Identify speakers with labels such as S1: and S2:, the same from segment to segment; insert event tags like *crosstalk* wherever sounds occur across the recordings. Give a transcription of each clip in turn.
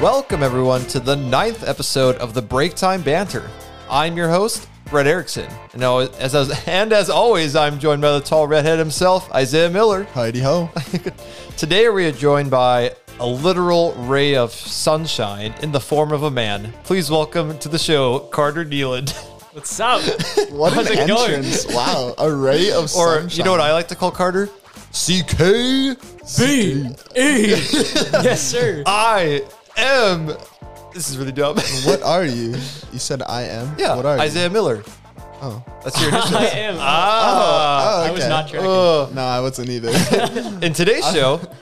S1: Welcome, everyone, to the ninth episode of the Break Time Banter. I'm your host, Brett Erickson. And al- as, as, and as always, I'm joined by the tall redhead himself, Isaiah Miller.
S2: Heidi ho.
S1: *laughs* Today, we are joined by a literal ray of sunshine in the form of a man. Please welcome to the show, Carter Nealand. *laughs*
S3: What's up?
S2: What
S3: How's
S2: an
S3: it going?
S2: entrance. Wow. A ray of
S1: or,
S2: sunshine.
S1: you know what I like to call Carter?
S2: CK.
S3: B E. Yes, sir.
S1: I am. This is really dumb.
S2: What are you? You said I am?
S1: *laughs* yeah,
S2: What are
S1: Isaiah Miller.
S2: you? Oh.
S1: That's your
S2: *laughs*
S1: initial.
S3: I am.
S1: Ah.
S2: oh
S3: I was
S2: okay. Oh,
S3: not tracking.
S1: Ugh.
S2: No, I wasn't
S1: *laughs*
S2: either.
S1: In today's
S2: Uh,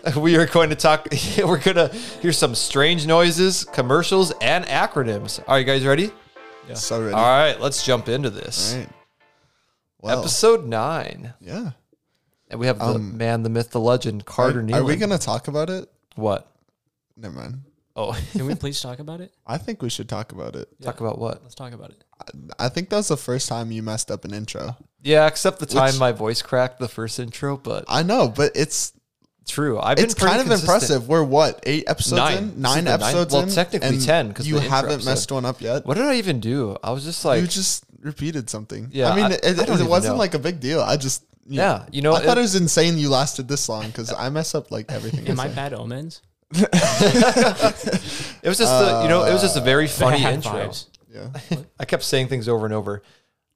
S1: show, *laughs* we are going to talk. We're going to hear some strange noises, commercials, and acronyms. Are you guys ready?
S2: *laughs* so ready.
S1: All right, let's jump into this.
S2: All right. Well,
S1: Episode nine,
S2: yeah.
S1: and we have the
S2: Um,
S1: man, the myth, the legend, Carter
S2: Are,
S1: Nealon.
S2: are we going to talk about it?
S1: what?
S2: Never mind.
S1: Oh, *laughs*
S3: Can we please talk about it?
S2: I think we should talk about it.
S1: talk about what?
S3: Let's talk about it.
S2: I think that was the first time you messed up an intro.
S1: Yeah, except the time
S2: Which-
S1: my voice cracked the first intro, but
S2: I know, but it's
S1: true. I've been
S2: it's kind of
S1: pretty consistent.
S2: impressive. We're what eight episodes
S1: Nine. This
S2: in,
S1: is
S2: nine
S1: the ninth-
S2: episodes
S1: well,
S2: in.
S1: technically
S2: and
S1: 10, 'cause
S2: you
S1: the intro
S2: haven't
S1: episode.
S2: messed one up yet.
S1: What did I even do? I was just like,
S2: you just repeated something.
S1: Yeah,
S2: I mean,
S1: I-
S2: it,
S1: I don't
S2: it,
S1: even
S2: wasn't
S1: know.
S2: like a big deal. I just you
S1: Yeah,
S2: know,
S1: you know,
S2: I thought
S1: it-
S2: it was insane you lasted this long because I mess up like everything.
S3: Am I
S2: else.
S3: bad omens?
S1: it was just the, you know, it was just a very
S2: uh,
S1: funny
S3: Bad
S1: intro.
S3: vibes.
S2: yeah,
S1: I kept saying things over and over,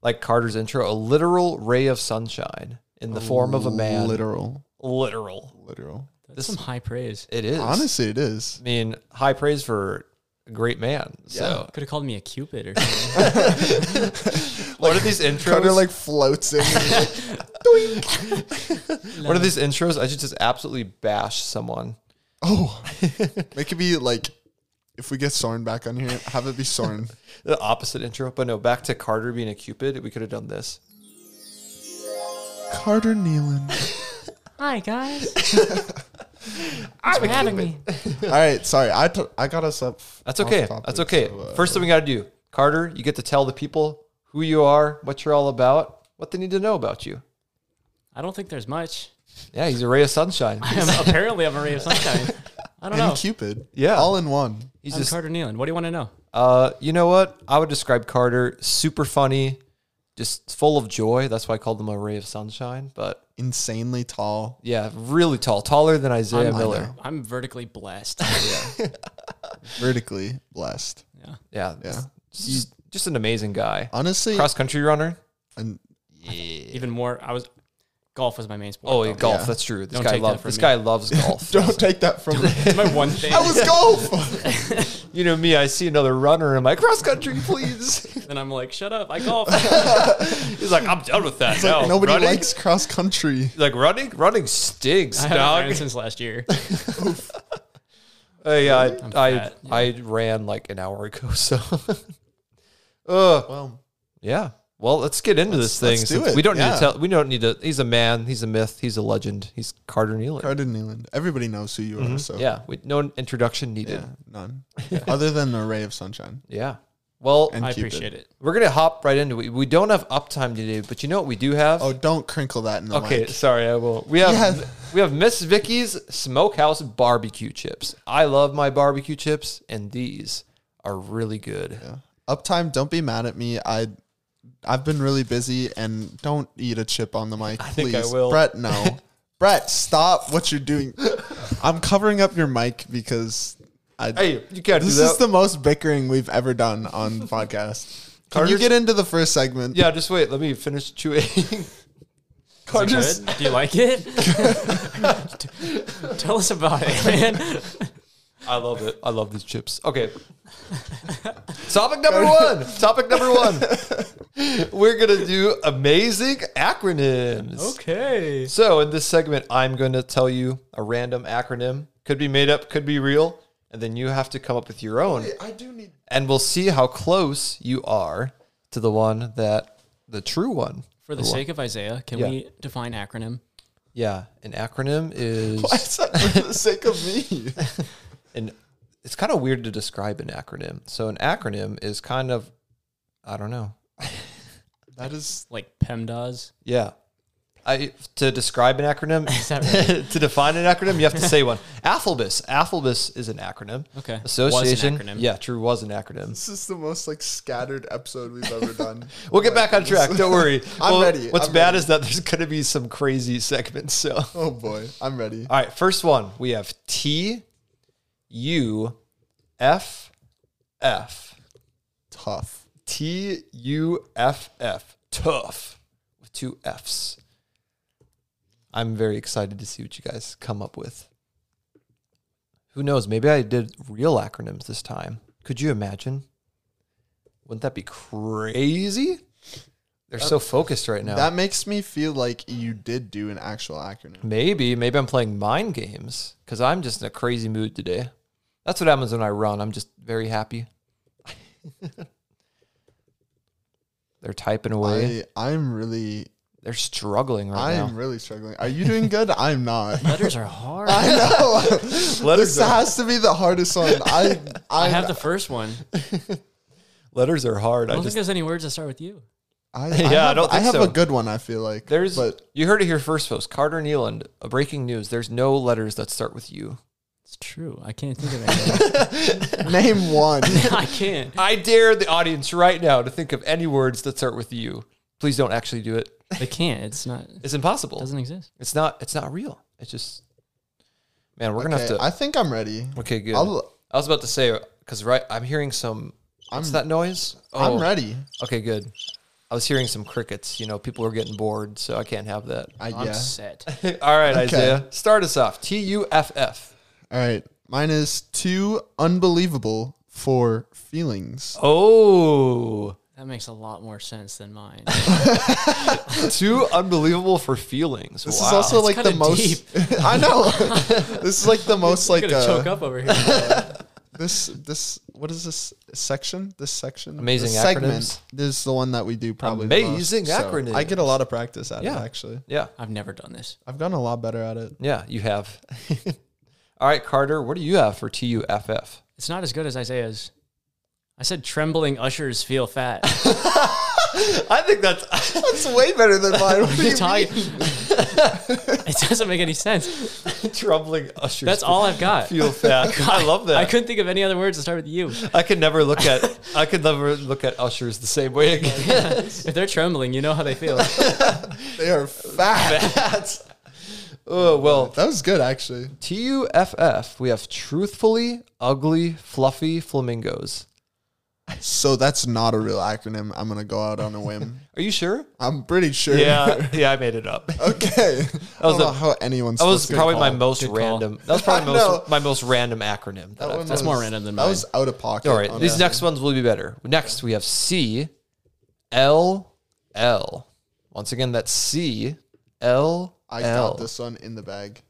S1: like Carter's intro, a literal ray of sunshine in the form of a *laughs* man.
S2: literal,
S1: Literal.
S2: literal.
S3: That's some high praise.
S1: It is.
S2: Honestly, it is.
S1: I mean, high praise for a great man. So,
S3: Could have Oh, called me a cupid or something.
S1: what are these
S2: *laughs* Carter
S1: intros?
S2: like floats in.
S1: *laughs* what are these intros? I should just absolutely bash someone. *laughs*
S2: oh, it could be like if we get Soren back on here, have it
S1: *laughs*
S2: be Soren.
S1: The opposite intro, but no, back to Carter being a cupid. We could have done this. *laughs*
S2: Carter Nealon.
S3: *laughs* Hi guys. I'm for having me.
S2: All right, sorry, I t- I got us up.
S1: That's
S2: off
S1: okay.
S2: topic,
S1: That's okay.
S2: so, uh,
S1: First thing we got to do, Carter, you get to tell the people who you are, what you're all about, what they need to know about you.
S3: I don't think there's much.
S1: Yeah, *laughs* he's a ray of sunshine.
S3: I'm, apparently, I'm a ray
S1: *laughs*
S3: of sunshine. I don't
S2: and
S3: know.
S2: Cupid.
S1: Yeah.
S2: all in one.
S1: He's
S3: I'm
S1: just
S3: Carter Nealon. What do you want to know?
S1: Uh, you know what? I would describe Carter super funny, just full of joy. That's why I called him a ray of sunshine. But
S2: Insanely tall.
S1: yeah, really tall, taller than Isaiah
S3: I'm-
S1: Miller.
S3: I'm
S1: *laughs*
S3: vertically blessed. *laughs*
S2: vertically blessed.
S3: yeah.
S1: Yeah, Uh,
S2: Yeah.
S1: Just, just an amazing guy.
S2: Honestly,
S1: Cross country runner.
S2: and
S3: Even more. I was. Golf was my main sport.
S1: Oh,
S3: though.
S1: yeah, golf.
S2: Yeah.
S1: That's true. This
S3: Don't
S1: guy
S3: take that
S1: loves
S3: from
S1: this
S3: me.
S1: guy *laughs* loves golf.
S2: don't take that
S1: *laughs*
S2: from me.
S3: It's my one thing.
S2: I was *laughs* golf.
S1: you know me. I see another runner. and I'm like cross *laughs* country, please.
S3: and I'm like, shut up.
S1: *laughs*
S3: I golf.
S1: He's like, I'm done with that. now.
S2: like, nobody
S1: running,
S2: likes cross country.
S1: Like running, running *laughs* stinks,
S3: I haven't
S1: dog.
S3: ran since
S1: *laughs*
S3: last year.
S1: Hey, Uh, I I,
S3: fat, yeah.
S1: I ran like an hour ago, *laughs* so. uh,
S2: Well,
S1: Yeah. Well, let's get into this thing.
S2: let's do
S1: since
S2: it,
S1: We don't need
S2: yeah.
S1: to tell. We don't need to. He's a man. He's a myth. He's a legend. He's Carter Nealon.
S2: Carter Nealand. Everybody knows who you are. So
S1: Mm-hmm. yeah. We, no introduction needed.
S2: yeah, none other than a ray of sunshine.
S1: Yeah. Well,
S2: And
S3: I
S2: Cupid.
S3: appreciate it.
S1: we're gonna hop right into it. We don't have uptime today, but you know what we do have.
S2: Oh, don't crinkle that in the
S1: okay.
S2: mic.
S1: Sorry, I will. We have
S2: Yes.
S1: we have Miss Vicky's Smokehouse barbecue chips. I love my barbecue chips, and these are really good.
S2: Yeah. Uptime. Don't be mad at me. I. I've been really busy and don't eat a chip on the mic, please.
S1: think I will. *laughs*
S2: Brett, no. Brett, stop what you're doing. I'm covering up your mic because I
S1: Hey, you can't
S2: This
S1: do that.
S2: is the most bickering we've ever done on the podcast. Can
S1: Carter's-
S2: you get into the first segment?
S1: yeah, just wait. Let me finish
S3: *laughs*
S1: chewing.
S3: Is it good? Do you like it? T- *laughs* Tell us about it, man.
S1: I love it. I love these chips. Okay. Topic number one. Topic number one. We're going to do amazing acronyms.
S3: Okay.
S1: So, in this segment, I'm going to tell you a random acronym. Could be made up, could be real. And then you have to come up with your own.
S2: I
S1: *laughs*
S2: do need.
S1: And we'll see how close you are to the one that the true one.
S3: For the sake of Isaiah, can
S1: Yeah.
S3: we define acronym?
S1: Yeah. An
S3: *laughs*
S1: acronym is.
S2: Why is that for the sake of me?
S1: and it's kind of weird to describe an acronym. So an acronym is kind of, I don't know.
S2: *laughs* That is
S3: Like PEMDAS?
S1: Yeah. I, to describe an acronym,
S3: Is that
S1: *laughs*
S3: right?
S1: to define an acronym, you have to say one. AFLBIS. AFLBIS is an acronym.
S3: Okay. Was an
S1: Association.
S3: acronym.
S1: Yeah, true was an acronym.
S2: This is the most like scattered episode we've ever done.
S1: *laughs* We'll get back on track.
S2: *laughs*
S1: Don't worry.
S2: I'm
S1: Well,
S2: ready.
S1: What's
S2: I'm
S1: bad
S2: ready.
S1: is that there's going to be some crazy segments. So, all
S2: Oh boy, I'm ready.
S1: right, first one we have T U F F.
S2: Tough.
S1: T U F F. Tough with two F's. I'm very excited to see what you guys come up with. Who knows? Maybe I did real acronyms this time. Could you imagine? Wouldn't that be crazy? They're so focused right now.
S2: That makes me feel like you did do an actual acronym.
S1: Maybe, maybe I'm playing mind games because I'm just in a crazy mood today. That's what happens when I run. I'm just very happy. *laughs* They're typing away.
S2: I, I'm really,
S1: They're struggling right
S2: I'm
S1: now.
S2: really struggling. Are you doing good? I'm
S1: *laughs*
S2: not. *laughs*
S3: Letters are hard.
S2: I
S3: I,
S2: know.
S1: Letters
S2: this has to be the hardest one.
S1: *laughs*
S2: I, I,
S3: have the first one. I
S1: Letters are hard. I
S3: don't think
S1: just
S3: there's any words that start with you.
S2: I,
S1: Yeah, I
S2: have,
S1: don't think
S2: have
S1: so.
S2: a good one. I feel like
S1: there's.
S2: but
S1: you heard it here first, folks. Carter Nealand, uh, breaking news. There's no letters that start with U.
S3: It's true. I can't think of any.
S1: *laughs*
S2: name one.
S3: *laughs* I can't.
S1: I dare the audience right now to think of any words that start with U. Please don't actually do it.
S3: I can't. It's not. It
S1: It's impossible.
S3: doesn't exist.
S1: It's not. It's not real. It's just. Man, we're gonna have
S2: Okay,
S1: to.
S2: I think I'm ready.
S1: Okay, good.
S2: I'll-
S1: I was about to say because right, I'm hearing some. What's
S2: I'm-
S1: that noise? Oh,
S2: I'm ready.
S1: Okay, good. I was hearing some crickets. You know, people are getting bored, so I can't have that.
S2: I
S3: I'm
S2: yeah.
S3: set.
S1: *laughs* All right, Isaiah, start us off. T U F F.
S2: All right. Mine is too unbelievable for feelings.
S1: Oh,
S3: That makes a lot more sense than mine.
S1: too unbelievable for feelings.
S2: This
S1: wow.
S2: is also like
S3: kinda
S2: the most. *laughs* I know. this is like the most
S3: I'm
S2: like
S3: gonna choke
S2: uh,
S3: up over here.
S2: this this what is this section? This section.
S1: Amazing
S2: this
S1: acronyms.
S2: segment. This is the one that we do probably the most,
S1: Amazing
S2: so I get a lot of practice at
S1: Yeah.
S2: it actually.
S1: yeah,
S3: I've never done this.
S2: I've gotten a lot better at it.
S1: yeah. You have. All right, Carter. What do you have for T U F F?
S3: It's not as good as Isaiah's. I said trembling ushers feel fat.
S1: I think that's.
S2: That's way better than mine. What do you
S3: It's how you- *laughs* it doesn't make any sense.
S1: troubling ushers.
S3: That's all I've got. *laughs*
S1: Feel fat. I love that.
S3: I couldn't think of any other words to start
S1: *laughs*
S3: with you. *laughs*
S1: I could never look at I could never look at ushers the same way
S3: *laughs*
S1: again.
S3: If they're trembling, you know how
S1: *laughs*
S3: they feel.
S2: mean? They are fat.
S1: oh well,
S2: That was good actually.
S1: T U F F. We have truthfully ugly fluffy flamingos.
S2: So that's not a real acronym. I'm gonna go out on a whim.
S1: Are you sure?
S2: I'm pretty
S1: *laughs*
S2: sure.
S1: yeah, I made it up.
S2: *laughs* Okay. I
S1: was
S2: don't know
S1: a-
S2: how anyone's.
S1: That was
S2: supposed to
S1: probably my
S2: call.
S1: most
S3: Good call.
S1: random. That was probably
S2: *laughs* I
S1: most,
S2: know.
S1: my most random acronym. That
S2: That
S1: I've
S2: one
S1: done.
S3: That's
S2: was-
S3: more random than
S2: That
S3: mine.
S2: was out of pocket.
S1: All right, these
S2: honestly.
S1: next ones will be better. Next, we have C L L. Once again, that's C L
S2: I
S1: L.
S2: got this one in the bag.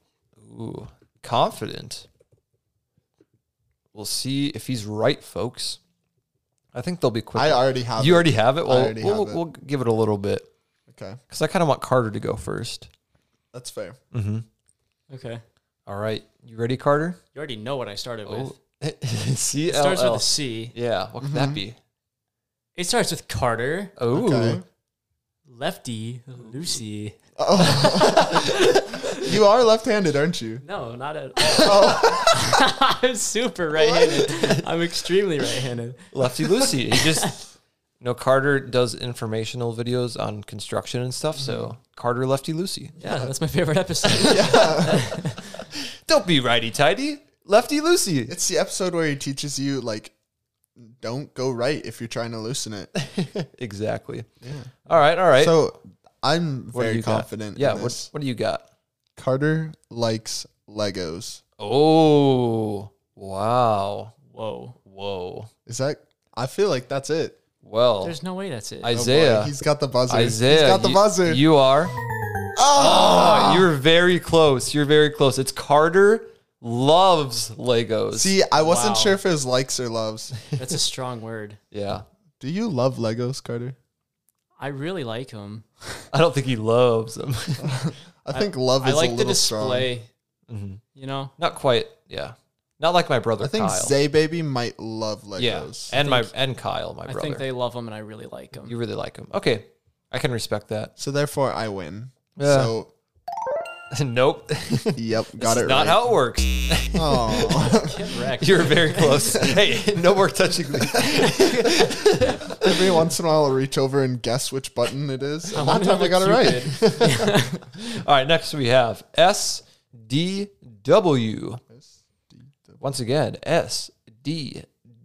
S1: Ooh, confident. We'll see if he's right, folks. I think they'll be quick.
S2: I already have.
S1: you
S2: it.
S1: already have it. Well,
S2: already
S1: we'll,
S2: have it.
S1: we'll give it a little bit
S2: Okay,
S1: because I kind of want Carter to go first.
S2: that's fair.
S3: Okay.
S1: All right, you ready, Carter?
S3: You already know what I started with.
S1: *laughs* C
S3: It starts
S1: L
S3: with
S1: Oh. L.
S3: a C.
S1: Yeah, what could that
S2: Mm-hmm.
S1: be?
S3: It starts with Carter,
S1: Oh,
S2: Okay.
S3: Lefty, Lucy.
S2: You are left-handed, aren't you?
S3: No, not
S1: *laughs*
S3: at all.
S1: Oh.
S3: *laughs* I'm super right-handed. I'm extremely right-handed.
S1: Lefty Lucy. He
S3: *laughs*
S1: just, you know, Carter does informational videos on construction and stuff.
S2: Mm-hmm.
S1: So Carter Lefty Lucy.
S3: Yeah, that's my favorite
S1: *laughs*
S3: episode.
S1: Don't be righty tighty, Lefty Lucy.
S2: It's the episode where he teaches you like, don't go right if you're trying to loosen
S1: *laughs*
S2: it.
S1: *laughs* exactly. All right, all right.
S2: So I'm
S1: What do
S2: very
S1: you got?
S2: confident.
S1: Yeah.
S2: in
S1: What,
S2: this.
S1: what do you got?
S2: Carter likes Legos.
S1: Oh, wow.
S3: Whoa.
S1: Whoa.
S2: Is that? I feel like that's it.
S1: Well,
S3: There's no way that's it.
S2: Oh boy,
S1: Isaiah.
S2: he's got the buzzer.
S1: Isaiah.
S2: he's got the
S1: you,
S2: buzzer. Ah!
S1: You are. Oh, you're very close. You're very close. It's Carter loves Legos.
S2: See, I wasn't
S3: Wow.
S2: sure if it was likes or loves.
S3: That's a strong word.
S1: yeah.
S2: Do you love Legos, Carter?
S3: I really like them.
S1: I don't think he loves them. *laughs*
S2: I think love
S3: I
S2: is a
S3: like the
S2: little strong.
S3: display.
S1: Mm-hmm.
S3: You know,
S1: Not quite. Yeah. Not like my brother
S2: I think
S1: Kyle.
S2: Zay Baby might love
S1: yeah. Eh.
S2: Legos.
S1: And my and Kyle, my
S3: I
S1: brother.
S3: *laughs* think they love them, and I really like them.
S1: you really like him. Okay. I can respect that. *laughs*
S2: So therefore, I win.
S1: Yeah.
S2: So,
S1: nope.
S2: yep, got
S1: That's
S2: it
S1: not
S2: right.
S1: how it works.
S2: Aw. *laughs*
S3: Get wrecked.
S1: You're very close. hey, no more touching me.
S2: Every once in a while, I'll reach over and guess which button it is. And that
S3: wonder
S2: time I
S3: if
S2: got it right.
S3: it's Cupid.
S1: All right, next we have SDW. Once again,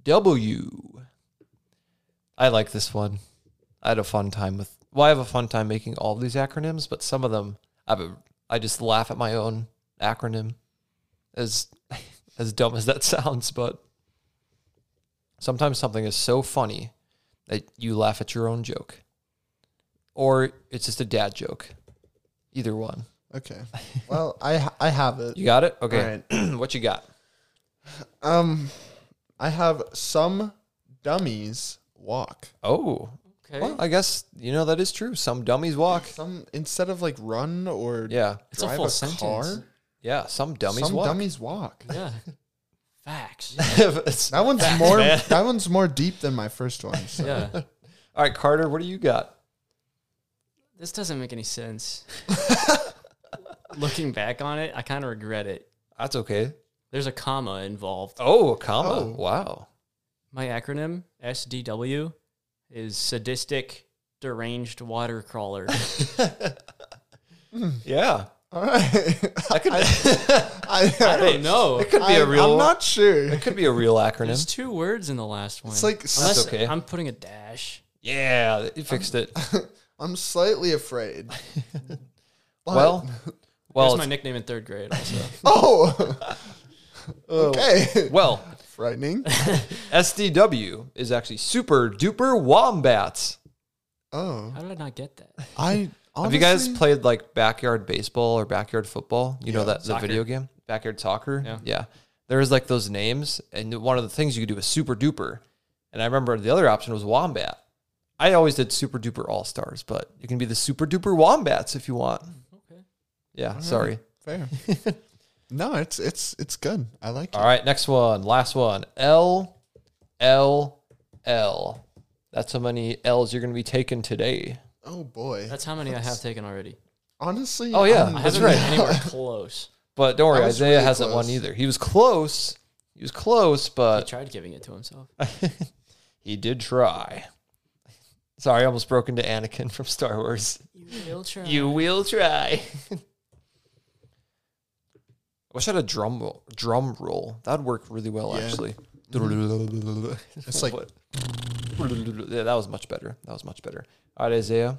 S1: SDW. I like this one. I had a fun time with. Well, I have a fun time making all these acronyms, but some of them I have a, I just laugh at my own acronym, as *laughs* as dumb as that *laughs* sounds. But sometimes something is so funny that you laugh at your own joke, or it's just a dad joke. Either one.
S2: Okay. Well, I ha- I have it.
S1: You got it? Okay. *clears throat* what you got?
S2: Um, I have some dummies walk.
S1: Oh.
S3: Okay.
S1: Well, I guess you know that is true. Some dummies walk.
S2: Some instead of like run or
S1: Yeah.
S3: It's a
S2: drive
S3: full sentence.
S2: car.
S1: Yeah. Some dummies
S2: some
S1: walk. *laughs*
S2: dummies walk.
S3: Yeah. Facts.
S1: It's-
S2: That one's more. That one's more deep than my first one.
S3: *laughs*
S2: So.
S3: Yeah.
S1: All right, Carter, what do you got?
S3: This doesn't make any sense. Looking back on it, I kind of regret it.
S1: That's okay.
S3: There's a comma involved.
S1: Oh, a comma.
S2: Oh.
S1: Wow.
S3: My acronym, SDW, is sadistic deranged water crawler.
S1: Yeah.
S2: All right.
S1: *laughs* That could,
S2: I,
S3: I don't know.
S1: it could be a
S2: I'm-
S1: real
S2: I'm
S1: *laughs*
S2: not sure.
S1: it could be a real
S3: There's
S1: acronym.
S3: two words in the last one.
S2: It's like s-
S3: Unless
S1: okay.
S3: I'm putting a dash.
S1: Yeah, you fixed it.
S2: I'm slightly afraid. *laughs*
S1: *laughs*
S2: But-
S1: Well,
S3: That's
S1: well,
S3: my
S1: it's-
S3: nickname in third grade also.
S2: *laughs*
S1: *laughs*
S2: oh, okay.
S1: oh. well,
S2: Frightening.
S1: SDW is actually super duper wombats.
S2: Oh,
S3: How did I not get that?
S2: I.
S1: *laughs* Have
S2: Honestly,
S1: you guys played like backyard baseball or backyard football? You know
S2: Yeah.
S1: that the
S3: Soccer.
S1: video game, backyard soccer.
S3: Yeah.
S1: There is like those names, and one of the things you could do is super duper. And I remember the other option was wombat. I always did super duper all stars, but you can be the super duper wombats if you want.
S3: Okay.
S1: Yeah. Sorry.
S2: Fair.
S1: *laughs*
S2: no, it's it's it's good. I like
S1: All right. Next one. Last one. L L L. That's how many L's you're going to be taking today.
S2: it. Oh boy.
S3: That's how many I have taken already.
S2: Honestly.
S1: Oh, yeah.
S3: I
S1: That's
S3: haven't
S1: right.
S3: been anywhere close.
S1: But don't worry,
S2: was
S1: Isaiah
S2: really
S1: hasn't won
S2: close.
S1: either. He was close. He was close, but
S3: He tried giving it to himself.
S1: He did try. Sorry, I almost broke into Anakin from Star Wars.
S3: You will try.
S1: will try. I wish I had a drum roll. Drum roll. That'd work really well,
S2: Yeah.
S1: actually.
S2: It's
S1: *laughs*
S2: like
S1: What? yeah, that was much better. That was much better. All right, Isaiah,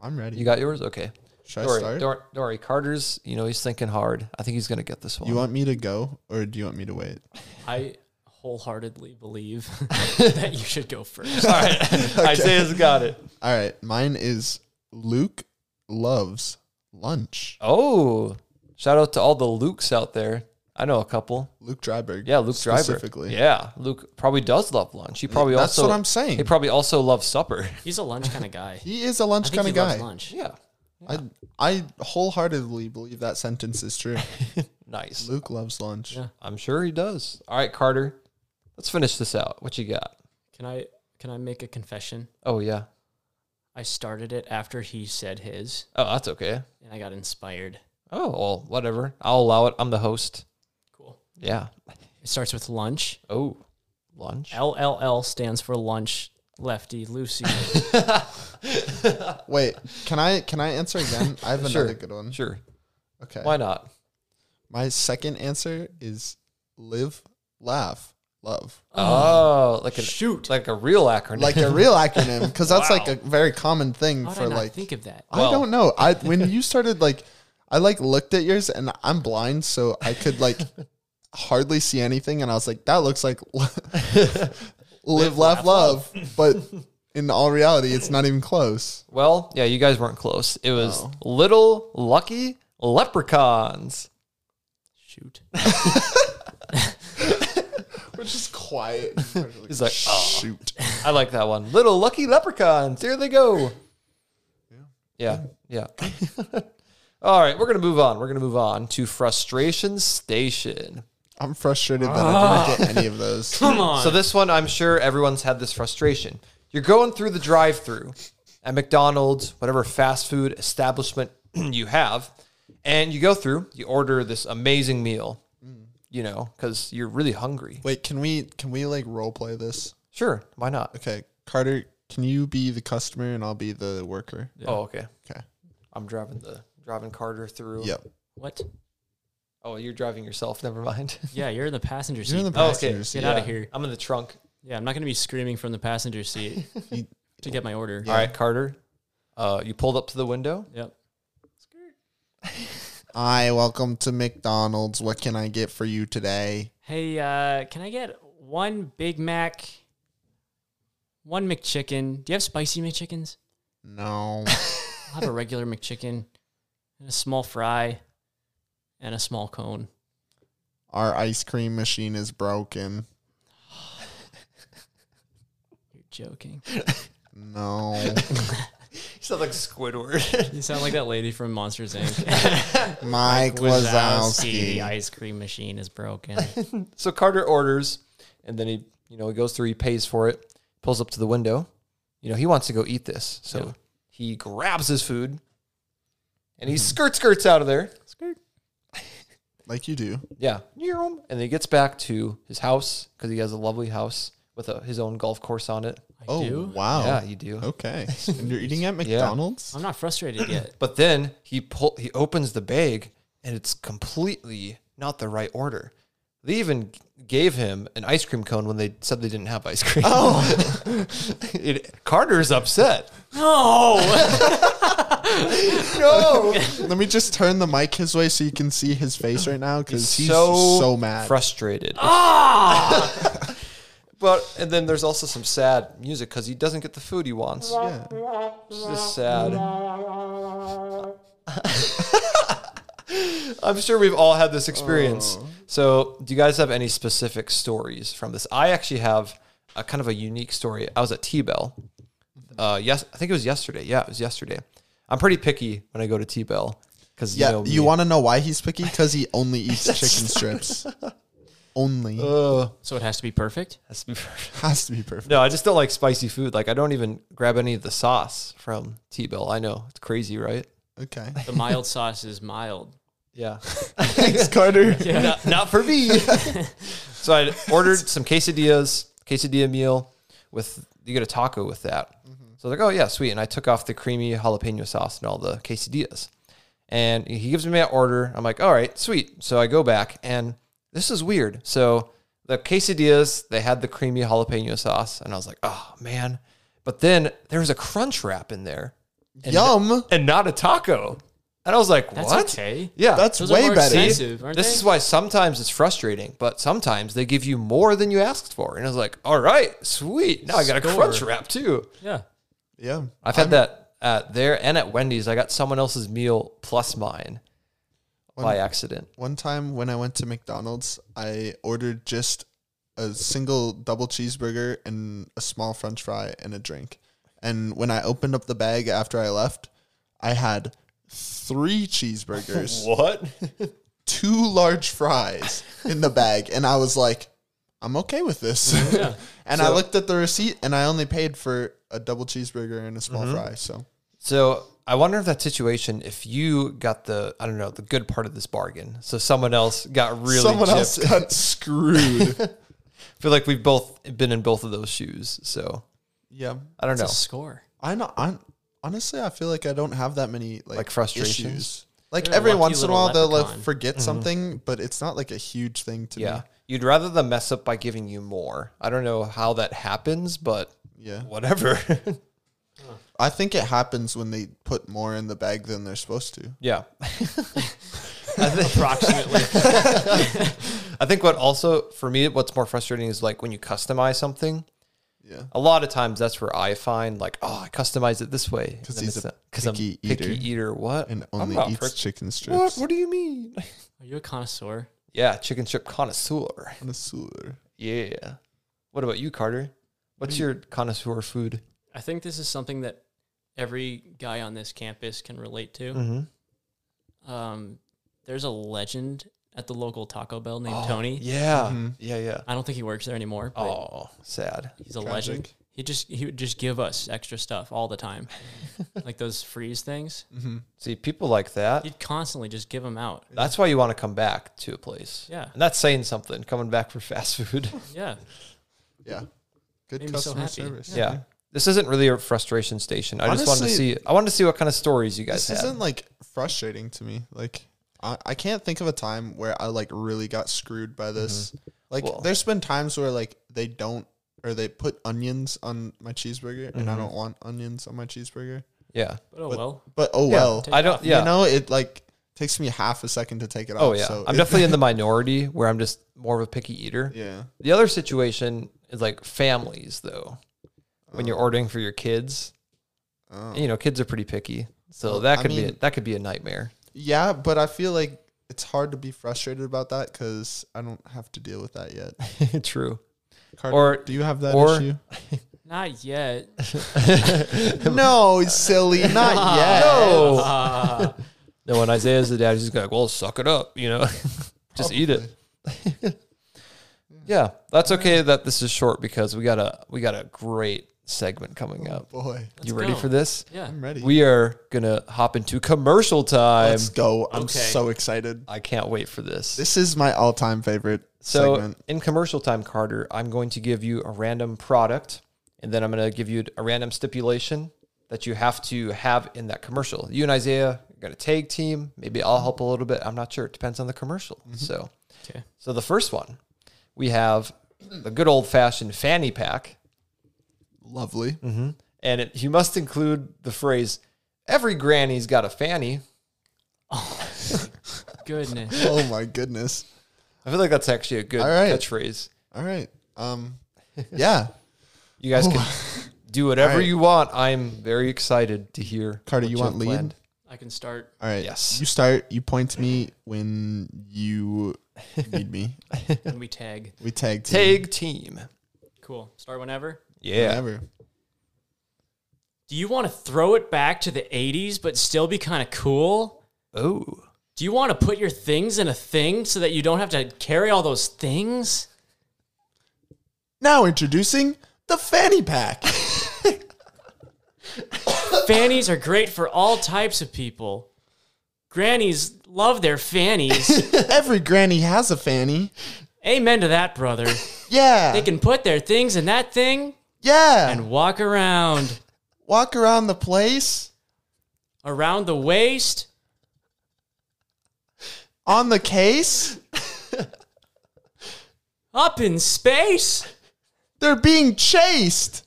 S2: I'm ready.
S1: you got yours. Okay.
S2: Should
S1: Don't
S2: I
S1: worry.
S2: start?
S1: Don't, don't worry. Carter's. You know he's thinking hard. I think he's gonna get this one.
S2: you want me to go or do you want me to wait?
S3: I wholeheartedly believe *laughs* that you should go first.
S1: All
S2: *laughs*
S1: right. *laughs* Isaiah's got it.
S2: All right, mine is Luke loves lunch.
S1: Oh, shout out to all the Lukes out there. I know a couple.
S2: Luke Dryberg.
S1: Yeah, Luke Driver.
S2: specifically.
S1: Yeah, Luke probably does love lunch. He probably
S2: That's
S1: also
S2: what I'm saying.
S1: he probably also loves supper. *laughs*
S3: He's a lunch kind of guy.
S2: He is a lunch kind of
S3: he loves
S2: guy.
S3: lunch.
S1: Yeah,
S2: I I wholeheartedly believe that sentence is
S3: *laughs*
S2: true.
S1: nice.
S2: Luke loves lunch.
S3: Yeah.
S1: I'm sure he does. All right, Carter, let's finish this out. What you got?
S3: Can I can I make a confession?
S1: Oh yeah.
S3: I started it after he said his,
S1: Oh, that's okay.
S3: and I got inspired.
S1: Oh well, whatever. I'll allow it. I'm the host.
S3: Cool.
S1: Yeah.
S3: It starts with lunch.
S1: Oh, lunch.
S3: LLL stands for lunch. Lefty Lucy.
S2: Wait, can I can I answer again? I
S3: *laughs*
S2: have
S1: Sure.
S2: another good one.
S1: Sure.
S2: Okay.
S1: Why not?
S2: My second answer is live, laugh, love.
S1: Oh, like a
S3: Shoot.
S1: like a real acronym.
S2: Like a real acronym because that's
S3: *laughs*
S2: like
S1: Wow.
S2: a very common thing
S3: How did
S2: for
S3: I not
S2: like
S3: think of that?
S1: Well-
S2: I don't know. I when you started like I like looked at yours and I'm blind so I could like hardly see anything and I was like that looks like *laughs* live laugh love but in all reality it's not even close.
S1: *laughs* Well, yeah, you guys weren't close. It was
S2: Oh.
S1: little lucky leprechauns.
S3: Shoot.
S2: We're just *laughs* quiet.
S1: He's like, oh.
S2: shoot.
S1: I like that one. Little lucky leprechauns. Here they go. Yeah. Yeah. *laughs* All right, we're going to move on. We're going to move on to Frustration Station.
S2: I'm frustrated that I didn't get any of those.
S3: Come on.
S1: So, this one, I'm sure everyone's had this frustration. You're going through the drive through at McDonald's, whatever fast food establishment *clears throat* you have, and you go through, you order this amazing meal, you know, because you're really hungry.
S2: Wait, can we can we like role play this?
S1: Sure, why not?
S2: Okay, Carter, can you be the customer and I'll be the worker?
S1: Oh, okay.
S2: Okay.
S1: I'm driving the driving Carter through.
S2: Yep.
S3: What?
S1: Oh, you're driving yourself. *laughs* Never mind.
S3: Yeah, you're in the passenger seat.
S2: You're in the
S1: Oh, okay.
S2: passenger seat.
S3: Get out of here.
S1: I'm in the trunk.
S3: Yeah, I'm not gonna be screaming from the passenger seat
S2: You-
S3: to get my order.
S1: All right, Carter. Uh, you pulled up to the window.
S3: Yep.
S2: Hi, welcome to McDonald's. What can I get for you today?
S3: Hey, uh, can I get one Big Mac, one McChicken? Do you have spicy McChickens?
S2: No.
S3: I'll have a regular McChicken and a small fry and a small cone.
S2: Our ice cream machine is broken.
S3: You're joking.
S2: No.
S1: You sound like Squidward.
S3: You sound like that lady from Monsters Inc. *laughs*
S2: Mike
S3: The
S2: Wazowski.
S3: ice cream machine is broken.
S1: *laughs* so Carter orders, and then he, you know, he goes through. He pays for it. Pulls up to the window. You know, he wants to go eat this, so
S3: Yeah.
S1: he grabs his food, and he skirt skirts out of there.
S3: Skirt.
S2: Like you do.
S1: Yeah, and then he gets back to his house because he has a lovely house with a, his own golf course on it.
S3: I
S2: *laughs* Oh,
S3: do.
S2: wow.
S1: Yeah, you do.
S2: Okay. And you're eating at McDonald's?
S3: I'm not frustrated
S2: *laughs*
S3: yet.
S1: But then he pull he opens the bag and it's completely not the right order. They even gave him an ice cream cone when they said they didn't have ice cream. Oh, *laughs* it, Carter's upset.
S3: No.
S2: *laughs*
S1: No,
S2: Let me just turn the mic his way so you can see his face right now because he's,
S1: so
S2: so, mad. Ah!
S1: frustrated. *laughs* But and then there's also some sad music because he doesn't get the food he wants.
S2: Yeah.
S1: It's just sad. *laughs* I'm sure we've all had this experience.
S2: Oh.
S1: So, do you guys have any specific stories from this? I actually have a kind of a unique story. I was at T Bell. Uh, yes, I think it was yesterday. Yeah, it was yesterday. I'm pretty picky when I go to T Bell because
S2: Yeah,
S1: you know
S2: you
S1: me.
S2: want to know why he's picky? Because he only eats chicken strips. only
S1: Oh,
S3: so it has to be perfect.
S1: that's perfect.
S2: has to be perfect.
S1: *laughs* No, I just don't like spicy food. Like I don't even grab any of the sauce from T Bell. I know it's crazy, right?
S2: Okay,
S3: *laughs* The mild sauce is *laughs* mild.
S2: *laughs*
S1: Yeah.
S2: thanks, Carter.
S1: not, not for me. so I ordered some quesadillas, quesadilla meal with you get a taco with that. So they're like, oh yeah, sweet. And I took off the creamy jalapeno sauce and all the quesadillas. And he gives me my order. I'm like, all right, sweet. So I go back and this is weird. So the quesadillas, they had the creamy jalapeno sauce, and I was like, oh man. But then there was a crunch wrap in there
S2: Yum.
S1: and not a taco. And I was like,
S3: That's
S1: what?
S3: okay.
S1: Yeah.
S2: That's
S3: Those are
S2: way
S3: more
S2: better.
S3: expensive, aren't
S1: This
S3: they?
S1: is why sometimes it's frustrating, but sometimes they give you more than you asked for. And I was like, all right, sweet. Now I got a
S3: Score.
S1: crunch wrap too.
S3: yeah.
S2: Yeah,
S1: I've had that at there and at Wendy's. I got someone else's meal plus mine by accident.
S2: One time when I went to McDonald's, I ordered just a single double cheeseburger and a small french fry and a drink. And when I opened up the bag after I left, I had three cheeseburgers,
S1: What?
S2: two large fries in the bag. And I was like, I'm okay with this. *laughs* and I looked at the receipt and I only paid for a double cheeseburger and a small fry. So
S1: so I wonder if that situation, if you got the, I don't know, the good part of this bargain. So someone else got really
S2: someone
S1: gypped.
S2: else got screwed.
S1: I feel like we've both been in both of those shoes. So
S2: yeah.
S1: I don't know.
S3: It's a score.
S2: I know. I honestly, I feel like I don't have that many like,
S1: Like frustrations?
S2: Issues. Like
S3: You're a
S2: every
S3: lucky
S2: once in a
S3: little
S2: while, they'll like
S3: leprechaun.
S2: forget something, but it's not like a huge thing to
S1: Yeah. You'd rather them mess up by giving you more. I don't know how that happens, but
S2: me. Yeah, *laughs*
S1: whatever.
S2: I think it happens when they put more in the bag than they're supposed to.
S1: yeah.
S3: Approximately.
S1: I think what also for me what's more frustrating is like when you customize something.
S2: Yeah.
S1: A lot of times that's where I find like, oh, I customized it this way.
S2: 'Cause he's a
S1: because I'm
S2: picky
S1: picky
S2: eater.
S1: eater. What?
S2: And
S1: I'm
S2: only
S1: not
S2: eats
S1: fric-
S2: chicken
S1: What?
S2: strips.
S1: What do you mean? *laughs*
S3: Are you a connoisseur?
S1: yeah, chicken strip connoisseur.
S2: Connoisseur.
S1: Yeah. What about you, Carter? What's your connoisseur food?
S3: I think this is something that every guy on this campus can relate to. Um, there's a legend at the local Taco Bell named Tony.
S2: Mm-hmm.
S1: Yeah. Yeah. Yeah.
S3: I don't think he works there anymore. But
S1: Oh, sad.
S3: he's a
S2: Tragic.
S3: legend. He just he would just give us extra stuff all the time, like those freeze things.
S1: See, people like that.
S3: He'd constantly just give them out.
S1: That's why you want to come back to a place.
S3: Yeah.
S1: And that's saying something, coming back for fast food. *laughs*
S3: Yeah,
S2: Yeah. Good
S3: Made me so
S2: customer
S3: happy.
S2: service.
S1: yeah. This isn't really a frustration station. I just wanted to
S2: Mm-hmm. Honestly-
S1: see I wanted to see what kind of stories you guys
S2: This
S1: had.
S2: isn't like frustrating to me. Like I, I can't think of a time where I like really got screwed by this. Like
S1: Mm-hmm. Well-
S2: there's been times where like they don't or they put onions on my cheeseburger and
S1: Mm-hmm.
S2: I don't want onions on my cheeseburger.
S1: yeah.
S3: but oh
S2: But-
S3: well.
S2: But oh
S1: Yeah,
S2: well.
S1: I don't
S3: off.
S1: yeah.
S2: You know, it like takes me half a second to take it off.
S1: oh yeah.
S2: So
S1: I'm
S2: it-
S1: definitely in
S2: *laughs*
S1: the minority where I'm just more of a picky eater.
S2: Yeah.
S1: The other situation is like families though. When you're ordering for your kids,
S2: Oh.
S1: And, you know, kids are pretty picky. So
S2: Well,
S1: that
S2: I
S1: could be a,
S2: mean-
S1: that could be a nightmare. *laughs*
S2: Yeah, but I feel like it's hard to be frustrated about that because I don't have to deal with that
S1: *laughs*
S2: yet.
S1: True.
S2: Carter,
S1: Or-
S2: do you have that
S1: or- *laughs*
S2: issue?
S3: Not yet.
S2: no,
S1: *laughs*
S2: silly, not yet.
S1: No.
S3: Ah.
S1: No, when Isaiah's the dad, he's just like, well, suck it up, you know, *laughs* just eat it. yeah, that's okay that this is short because we got a we got a great segment coming up.
S2: Boy,
S1: you ready
S3: go.
S1: for this?
S3: yeah.
S2: I'm ready.
S1: We are gonna hop into commercial time.
S2: Let's go. I'm
S3: Okay.
S2: so excited.
S1: I can't wait for this.
S2: This is my all-time favorite
S1: So
S2: segment.
S1: in commercial time, Carter, I'm going to give you a random product, and then I'm going to give you a random stipulation that you have to have in that commercial. You and Isaiah are going to tag team. Maybe I'll help a little bit. I'm not sure. It depends on the commercial.
S2: Mm-hmm.
S1: So,
S3: Okay.
S1: so the first one, we have the good old fashioned fanny pack,
S2: Lovely.
S1: and it, you must include the phrase "Every granny's got a fanny."
S3: Goodness.
S2: Oh my goodness.
S1: I feel like that's actually a good
S2: All right.
S1: catchphrase.
S2: All right. Um. Yeah,
S1: You guys can *laughs* do whatever
S2: Oh. All right.
S1: you want. I'm very excited to hear.
S2: Carter,
S1: what
S2: you
S1: you
S2: want
S1: have
S2: lead?
S1: planned.
S3: I can start.
S2: All right.
S1: Yes.
S2: You start. You point to me when you need me.
S3: when we tag.
S2: We tag team.
S1: Tag team.
S3: Cool. Start whenever.
S1: Yeah.
S2: Whatever.
S3: Do you want to throw it back to the 80s but still be kind of cool?
S1: Oh.
S3: Do you want to put your things in a thing so that you don't have to carry all those things?
S2: Now introducing the fanny pack.
S3: Fannies are great for all types of people. Grannies love their fannies.
S2: Every granny has a fanny.
S3: Amen to that, brother.
S2: Yeah.
S3: They can put their things in that thing
S2: yeah.
S3: and walk around,
S2: walk around the place
S3: around the waist,
S2: on the case.
S3: up in space.
S2: They're being chased.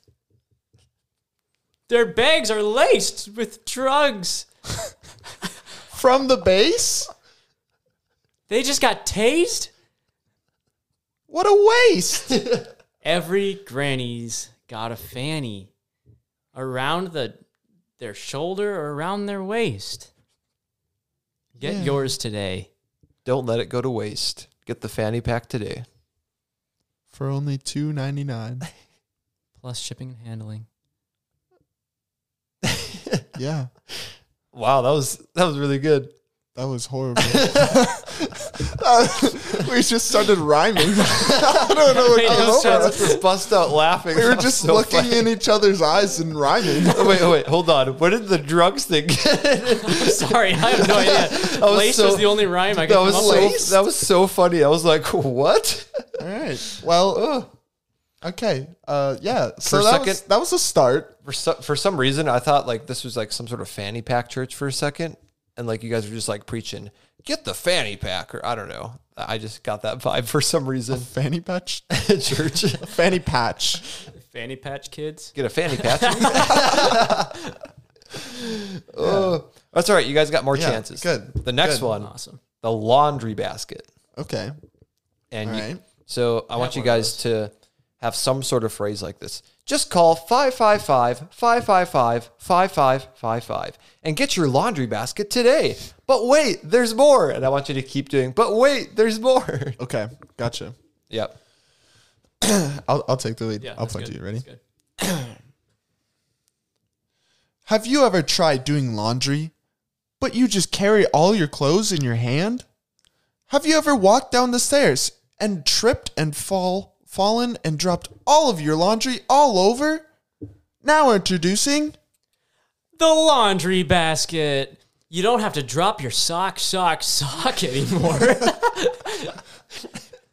S3: Their bags are laced with drugs.
S2: From the base?
S3: They just got tased.
S2: What a waste.
S3: Every granny's got a fanny around the their shoulder or around their waist. Get
S2: Yeah.
S3: yours today.
S1: Don't let it go to waste. Get the fanny pack today.
S2: For only two
S1: *laughs*
S2: ninety nine.
S3: Plus shipping and handling. *laughs*
S2: Yeah.
S1: Wow, that was that was really good.
S2: That was
S1: *laughs*
S2: horrible. *laughs* we just started rhyming. *laughs* I don't know
S3: Made
S2: what
S3: no
S2: comes over
S3: sense.
S2: us.
S1: Just bust out laughing.
S2: We were
S1: *laughs* That was
S2: just
S1: so
S2: looking
S1: funny.
S2: in each other's eyes and rhyming.
S1: *laughs* Oh, wait, oh, wait, hold on. What did the drugs thing? that
S3: Sorry, I
S1: *laughs*
S3: have no idea.
S1: was
S3: Lace
S1: so-
S3: was the only rhyme I could come
S1: was
S3: up
S1: so
S3: with.
S1: *laughs* that was so funny. I was like, what?
S2: All right. Well, okay. Uh, yeah. So
S1: For a
S2: that
S1: second-
S2: was, that was a start.
S1: For so, for some reason, I thought like this was like some sort of fanny pack church for a second, and like you guys were just like preaching, get the fanny pack, or I don't know. I just got that vibe for some reason. *laughs*
S2: Fanny patch.
S1: church, *laughs*
S2: Fanny patch.
S3: Fanny patch kids.
S1: get a fanny
S2: *laughs*
S1: patch. *laughs* Oh, that's all right. You guys got more
S2: Yeah,
S1: chances.
S2: good,
S1: The next
S2: good.
S1: one,
S3: Awesome.
S1: the laundry basket,
S2: Okay.
S1: and
S2: All
S1: you-
S2: right.
S1: so I want you
S3: one of
S1: guys to have some sort of phrase like this. Just call 555-555-5555 and get your laundry basket today. But wait, there's more. And I want you to keep doing, but wait, there's more. *laughs*
S2: Okay. Gotcha.
S1: yep.
S2: I'll, I'll take the lead.
S3: Yeah,
S2: I'll
S3: that's
S2: point
S3: good.
S2: to you. Ready?
S3: That's good.
S2: *clears throat* Have you ever tried doing laundry, but you just carry all your clothes in your hand? Have you ever walked down the stairs and tripped and fall, fallen and dropped all of your laundry all over? Now introducing
S3: The laundry basket. You don't have to drop your sock, sock, sock *laughs* anymore.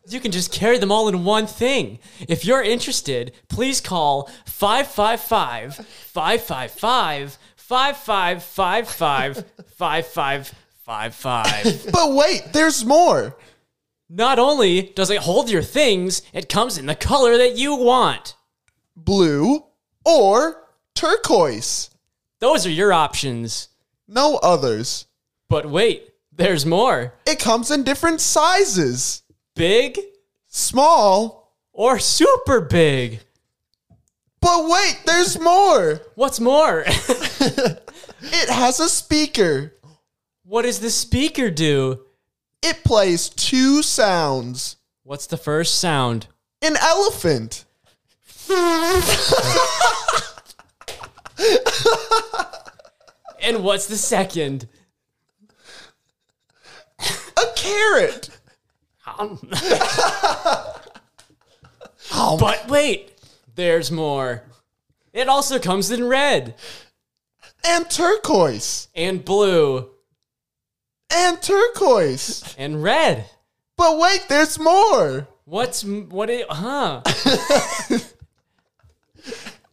S3: you can just carry them all in one thing. If you're interested, please call 555 555 5555 5555.
S2: But wait, there's more.
S3: Not only does it hold your things, it comes in the color that you want.
S2: Blue or turquoise.
S3: Those are your options.
S2: No others.
S3: But wait, there's more.
S2: It comes in different sizes.
S3: Big
S2: Small.
S3: or super big.
S2: But wait, there's more.
S3: What's more? *laughs*
S2: It has a speaker.
S3: what does the speaker do?
S2: It plays two sounds.
S3: What's the first sound?
S2: An elephant.
S3: And what's the second?
S2: A carrot.
S3: Um. but wait, there's more. It also comes in red
S2: And turquoise.
S3: and blue
S2: And turquoise.
S3: and red.
S2: But wait, there's more.
S3: What's m- what it huh?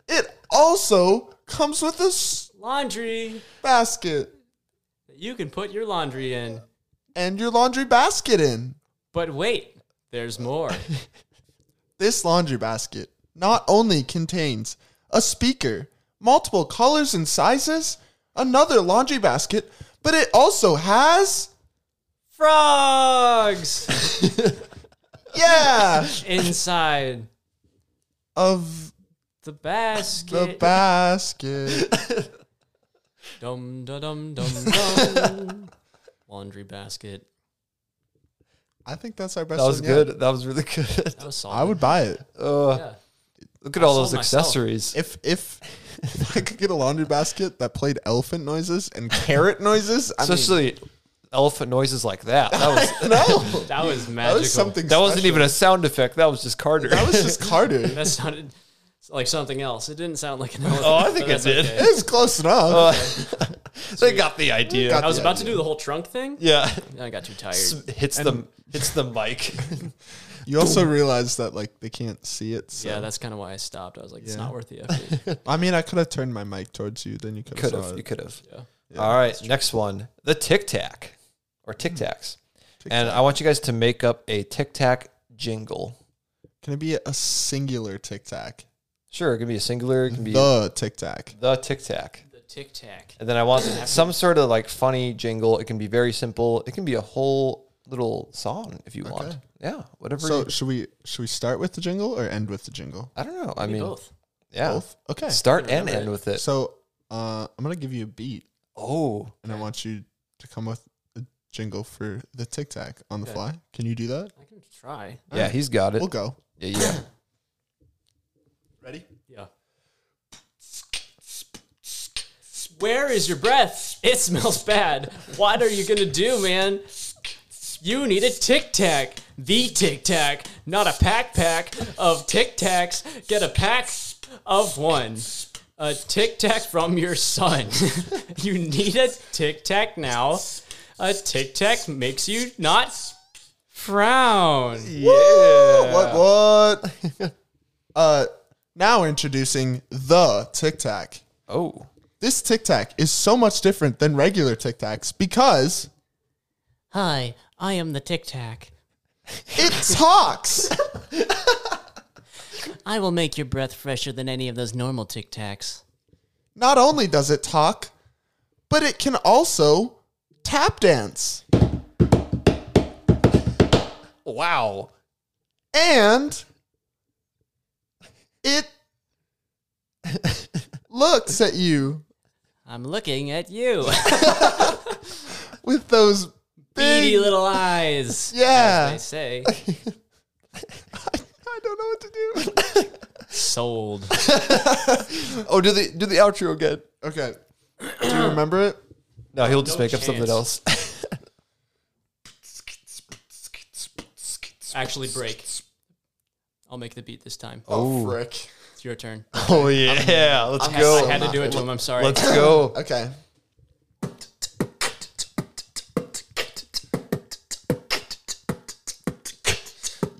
S2: It also comes with a s-
S3: laundry
S2: basket
S3: that you can put your laundry in.
S2: and your laundry basket in.
S3: But wait, there's more.
S2: This laundry basket not only contains a speaker, multiple colors and sizes, another laundry basket, but it also has
S3: Frogs
S2: yeah
S3: inside
S2: of the
S3: the basket.
S2: basket. *laughs*
S3: Dum da dum dum
S1: *laughs*
S3: dum. Laundry basket.
S2: I think that's our best.
S1: That was
S2: one
S1: good.
S2: Yet.
S1: That was really *laughs* good.
S3: That was
S2: I
S3: solid.
S2: would buy it
S1: Uh,
S3: Yeah.
S1: Look at all
S3: sold
S1: those
S3: myself.
S1: accessories.
S2: if if, *laughs* if I could get a laundry basket that played elephant noises and carrot noises. I
S1: Especially elephant noises like that. That was *laughs*
S2: *laughs* mean, no,
S3: That was
S2: that
S3: magical.
S2: was something.
S1: that wasn't
S2: special.
S1: even a sound effect. That was just Carter. *laughs*
S2: That was just Carter.
S3: That sounded like something else. It didn't sound like an elephant.
S1: Oh, I think
S3: but
S1: it
S3: that's
S1: did.
S3: okay.
S2: It's close enough. *laughs*
S1: Uh, they got the idea.
S2: Got
S3: I was
S2: the
S3: about
S2: idea.
S3: to do the whole trunk thing.
S1: yeah, *laughs*
S3: and I got too tired.
S1: hits the hits the mic. *laughs*
S2: You also realize that like they can't see it. So.
S3: Yeah, that's kind of why I stopped. I was like, it's
S2: Yeah.
S3: not worth the effort.
S2: *laughs* I mean, I could have turned my mic towards you, then you could
S1: could
S2: have saw
S1: have. You
S2: it.
S1: could have.
S3: Yeah.
S1: All right, next one: the Tic Tac, or Tic Tacs.
S2: Tic
S1: And I want you guys to make up a Tic Tac jingle.
S2: Can it be a singular tic tac?
S1: Sure, it can be a singular. It can be the,
S2: The tic tac.
S1: Tic Tac.
S3: the tic tac.
S1: And then I want some sort of like funny jingle. It can be very simple. It can be a whole little song if you want. Yeah, whatever.
S2: So
S1: you-
S2: should we should we start with the jingle or end with the jingle?
S1: I don't know. I mean,
S3: Both.
S1: yeah,
S2: Both. Okay.
S1: start and
S3: Remember
S1: end
S3: it.
S1: with it.
S2: So uh, I'm gonna give you a beat,
S1: oh,
S2: and I want you to come with a jingle for the tic tac on the
S3: Okay.
S2: fly. Can you do that?
S3: I can try.
S1: yeah, he's got it.
S2: We'll go.
S1: Yeah, yeah.
S2: Ready?
S3: Yeah. Where is your breath? It smells bad. What are you gonna do, man? You need a tic tac, the tic tac, not a pack pack of tic tacs. Get a pack of one. A tic tac from your son. *laughs* you need a tic tac now. A tic tac makes you not frown.
S2: Yeah. What? What? *laughs* uh, now introducing the tic tac.
S1: Oh,
S2: This tic tac is so much different than regular tic tacs because
S3: Hi, I am the tic tac.
S2: it talks.
S3: I will make your breath fresher than any of those normal Tic Tacs.
S2: Not only does it talk, but it can also tap dance
S1: wow.
S2: and it *laughs* looks at you
S3: I'm looking at
S1: *laughs*
S3: you,
S2: with those
S3: beady
S2: big
S3: little eyes.
S2: yeah.
S3: They say
S2: I don't know what to
S3: sold.
S1: Oh, do the do the outro again.
S2: do. *laughs* Okay. Do you remember it?
S1: No, he'll just make up something
S3: chance.
S1: else.
S3: Actually, break. I'll make the beat this time.
S2: Oh, frick.
S3: It's your turn.
S1: Oh yeah, let's
S3: I had,
S1: go.
S3: I had to do it to him. I'm sorry.
S1: Let's go.
S2: Okay.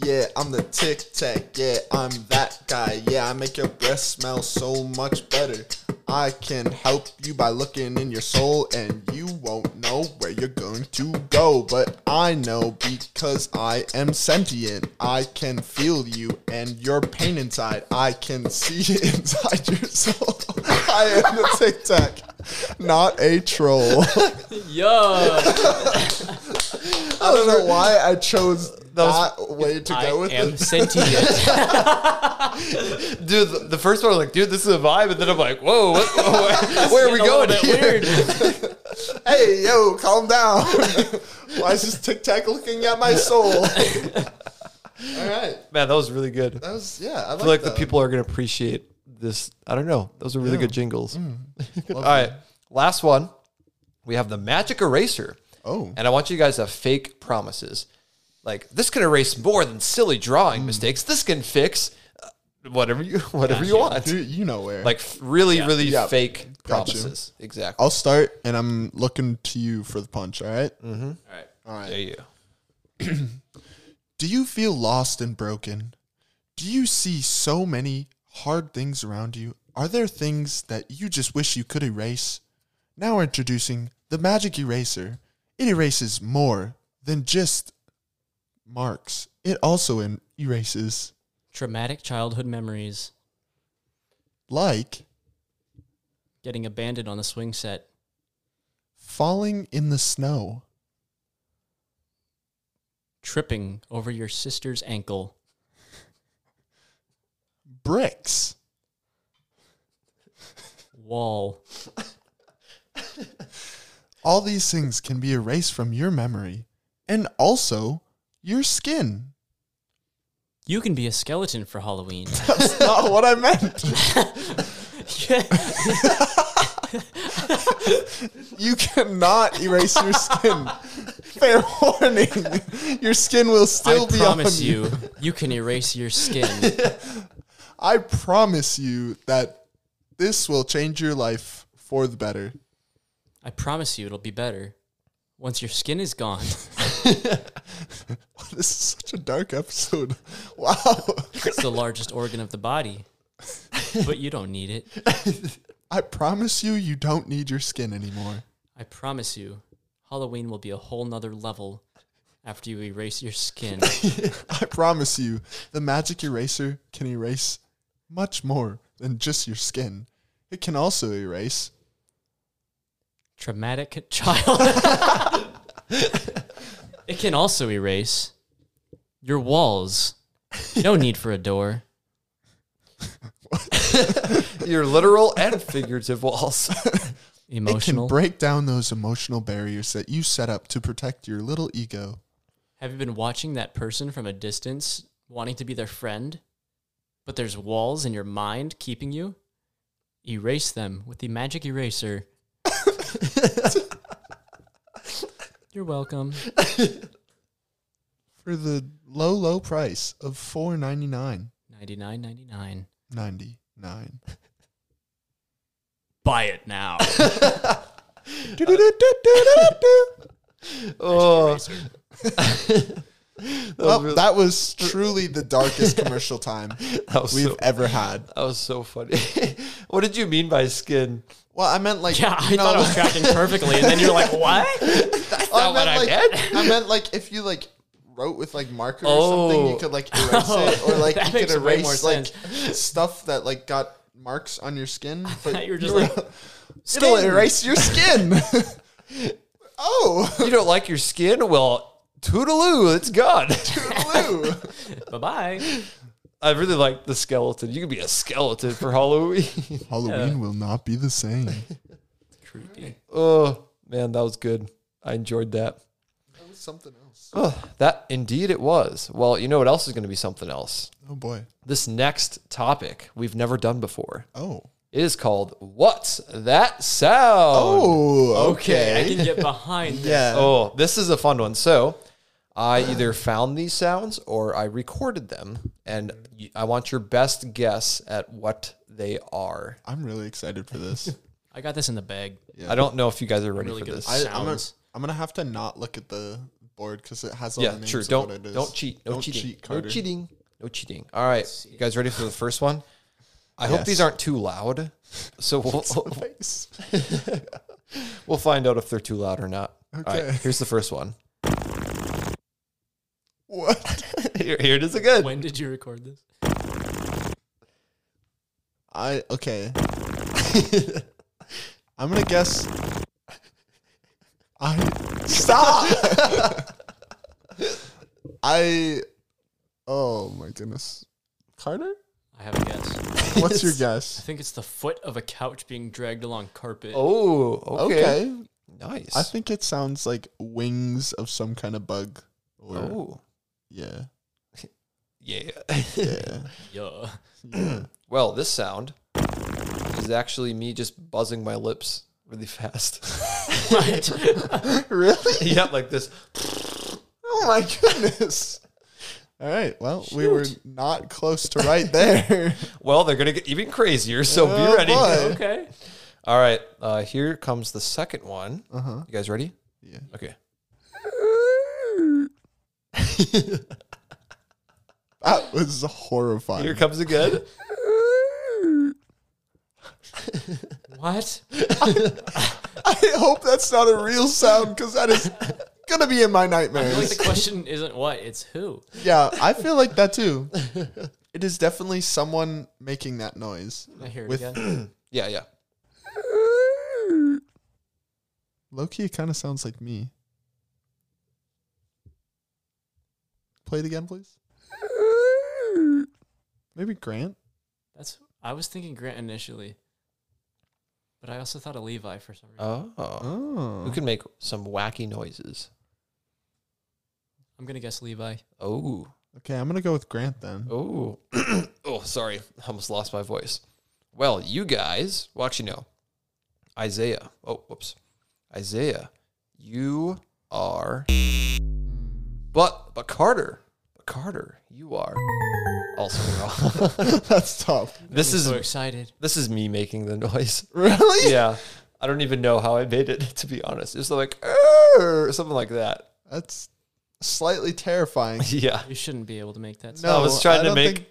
S2: Yeah, I'm the tic tac. Yeah, I'm that guy. Yeah, I make your breath smell so much better. I can help you by looking in your soul, and you won't know where you're going to go. But I know because I am sentient. I can feel you and your pain inside. I can see it *laughs* inside your soul. I am the tic tac, not a troll. *laughs*
S3: *laughs*
S1: *laughs*
S3: Yo,
S2: I don't know why I chose
S1: was-
S2: that way to
S3: I
S2: go with
S3: am
S2: it.
S3: sentient.
S1: *laughs* Dude, the, the first one I was like, dude, this is a vibe, and then I'm like, whoa, what, where, where are we
S3: Getting a
S1: going
S3: little bit
S1: here?
S3: Weird.
S1: *laughs*
S2: Hey, yo, calm down. *laughs* Why is this tic tac looking at
S1: *laughs*
S2: my soul? All right.
S1: Man, that was really good.
S2: That was, yeah, I,
S1: I feel like the people are gonna appreciate this. I don't know. Those are really good jingles. *laughs* All right, last one. We have the magic eraser.
S2: Oh.
S1: and I want you guys to fake promises. Like this can erase more than silly drawing mistakes. This can fix uh, whatever you *laughs* whatever you want.
S2: Dude, you know where.
S1: Like f- really, really
S2: Yeah.
S1: fake
S2: Got you.
S1: promises. Exactly.
S2: I'll start and I'm looking to you for the punch, all right?
S1: Mm.
S3: All right.
S2: All right.
S1: There you. go.
S2: Do you feel lost and broken? Do you see so many hard things around you? Are there things that you just wish you could erase? Now we're introducing the Magic Eraser. It erases more than just marks. It also en- erases
S3: Traumatic childhood memories.
S2: like
S3: Getting abandoned on the swing set.
S2: falling in the snow,
S3: Tripping over your sister's ankle.
S2: bricks,
S3: Wall.
S2: All these things can be erased from your memory and also your skin.
S3: You can be a skeleton for Halloween.
S2: *laughs* That's not what I
S3: *laughs*
S2: meant. *laughs* You cannot erase your
S3: *laughs*
S2: skin. Fair warning. Your skin will still
S3: I
S2: be
S3: promise
S2: on
S3: you, you can erase your skin.
S2: I promise you that this will change your life for the better. *laughs*
S3: I promise you, it'll be better once your skin is gone.
S2: This is such a dark episode. *laughs* Wow.
S3: It's the largest organ of the body, but you don't need it.
S2: I promise you you don't need your skin anymore.
S3: I promise you, Halloween will be a whole nother level after you erase your skin.
S2: *laughs* I promise you the magic eraser can erase much more than just your skin. It can also erase
S3: Traumatic child. *laughs* it can also erase your walls. No need for a door.
S1: Your literal and figurative *laughs* walls.
S2: It can
S3: Emotional.
S2: break down those emotional barriers that you set up to protect your little ego.
S3: Have you been watching that person from a distance, wanting to be their friend, but there's walls in your mind keeping you? Erase them with the
S2: *laughs*
S3: magic eraser. You're welcome.
S2: for the low, low price of four ninety nine
S3: Ninety nine ninety nine.
S2: ninety nine.
S3: Buy
S2: *laughs*
S3: it now.
S1: oh,
S2: *laughs* Well, that was truly the darkest commercial
S3: *laughs*
S2: time
S1: that was
S2: we've
S1: so,
S2: ever had.
S1: that was so funny. *laughs* what did you mean by skin?
S2: Well, I meant like
S3: yeah,
S2: no,
S3: I thought
S2: *laughs*
S3: I was tracking perfectly, and then you're like, what? That's
S2: I
S3: not what
S2: meant
S3: I
S2: like
S3: meant.
S1: *laughs*
S2: I meant like if you like wrote with like marker or something,
S1: Oh.
S2: you could like erase it, or
S1: *laughs*
S2: like
S3: That
S2: you could
S3: makes way
S2: erase
S3: more
S2: like stuff that like got marks on your skin. But
S3: You were just
S2: were-
S3: like,
S2: it'll
S3: "Skin."
S2: erase your skin. oh,
S1: *laughs*
S2: *laughs*
S1: You don't like your skin? Well, toodaloo, it's gone. *laughs*
S2: blue.
S3: Bye bye.
S1: I really like the skeleton. You can be a skeleton for Halloween. *laughs*
S2: Halloween will not be the same.
S3: Creepy.
S1: oh man, that was good. I enjoyed that.
S2: That was *laughs* something else.
S1: Oh, that indeed it was. Well, you know what else is going to be something else?
S2: Oh boy.
S1: This next topic we've never done before.
S2: Oh.
S1: It is called "What's That Sound?"
S2: Oh.
S3: Okay, I can get behind this.
S2: Yeah.
S1: Oh, this is a fun one. So, I either found these sounds or I recorded them, and y- I want your best guess at what they are.
S2: I'm really excited for *laughs* this.
S3: I got this in the bag.
S1: I don't know if you guys are ready
S3: really
S1: for
S3: good.
S1: this.
S2: I, I'm, gonna,
S3: Sounds.
S2: I'm gonna have to not look at the board because it has all the
S1: yeah,
S2: names
S1: sure.
S2: of what
S1: Don't
S2: it is.
S1: don't cheat. No
S2: Don't
S1: cheating.
S2: cheat,
S1: no
S2: Carter.
S1: cheating. No cheating. All right, you guys ready for the first one? I hope these
S2: Yes. *laughs*
S1: aren't too loud. So we'll
S2: Face.
S1: we'll find out if they're too loud or not. All right,
S2: Okay.
S1: here's the first one.
S2: What?
S1: *laughs* Here, here it is again.
S3: When did you record this?
S2: I okay. *laughs* I'm gonna guess. I stop. *laughs* I. Oh my goodness, Carter.
S3: I have a guess.
S2: What's
S3: *laughs*
S2: your
S3: I
S2: guess?
S3: think it's the foot of a couch being dragged along carpet.
S1: Oh,
S2: Okay.
S1: okay. Nice.
S2: I think it sounds like wings of some kind of bug. Or,
S1: Oh,
S2: yeah,
S1: yeah.
S2: yeah.
S3: Yeah.
S2: yeah.
S1: *laughs* well, this sound is actually me just buzzing my lips really fast.
S2: *laughs* really?
S1: *laughs* yeah, like this.
S2: Oh my goodness. All right. Well, we were not close to right
S3: *laughs*
S2: there.
S1: Well, they're gonna get even crazier, so
S2: Oh,
S1: be ready.
S2: boy.
S3: *laughs* okay.
S1: *laughs* All right, uh, here comes the second one.
S2: Uh huh.
S1: You guys ready?
S2: Yeah.
S1: Okay.
S2: That was horrifying.
S1: Here comes again.
S3: What?
S2: *laughs* I hope that's not a real sound because that
S3: *laughs*
S2: is gonna be in my
S3: I feel like
S2: nightmares.
S3: the question isn't what, it's
S1: *laughs*
S3: who.
S2: yeah, I feel like that too. It is definitely someone making that noise.
S3: I hear it
S2: With-
S3: again.
S1: Yeah, yeah.
S2: Loki kind of sounds like me. Play it again, please. Maybe Grant.
S3: That's I was thinking Grant initially. But I also thought of Levi for some reason.
S1: Oh.
S2: Oh,
S1: Who can make some wacky noises?
S3: I'm gonna guess Levi.
S1: Oh.
S2: okay. I'm gonna go with Grant then.
S1: Oh. *clears throat* oh, sorry. I almost lost my voice. Well, you guys, well, actually, no. Isaiah. Oh, whoops. Isaiah, you are. But, but Carter, but Carter, you are also wrong. *laughs*
S2: *laughs* that's tough.
S1: this
S3: so
S1: is
S3: excited.
S1: this is me making the noise. *laughs*
S2: Really?
S1: Yeah, I don't even know how I made it *laughs* to be honest. It's like "Arr," something like that. *laughs*
S2: That's slightly terrifying.
S1: Yeah,
S3: You shouldn't be able to make that
S2: No,
S1: I was trying to
S2: I don't
S1: make.
S2: think-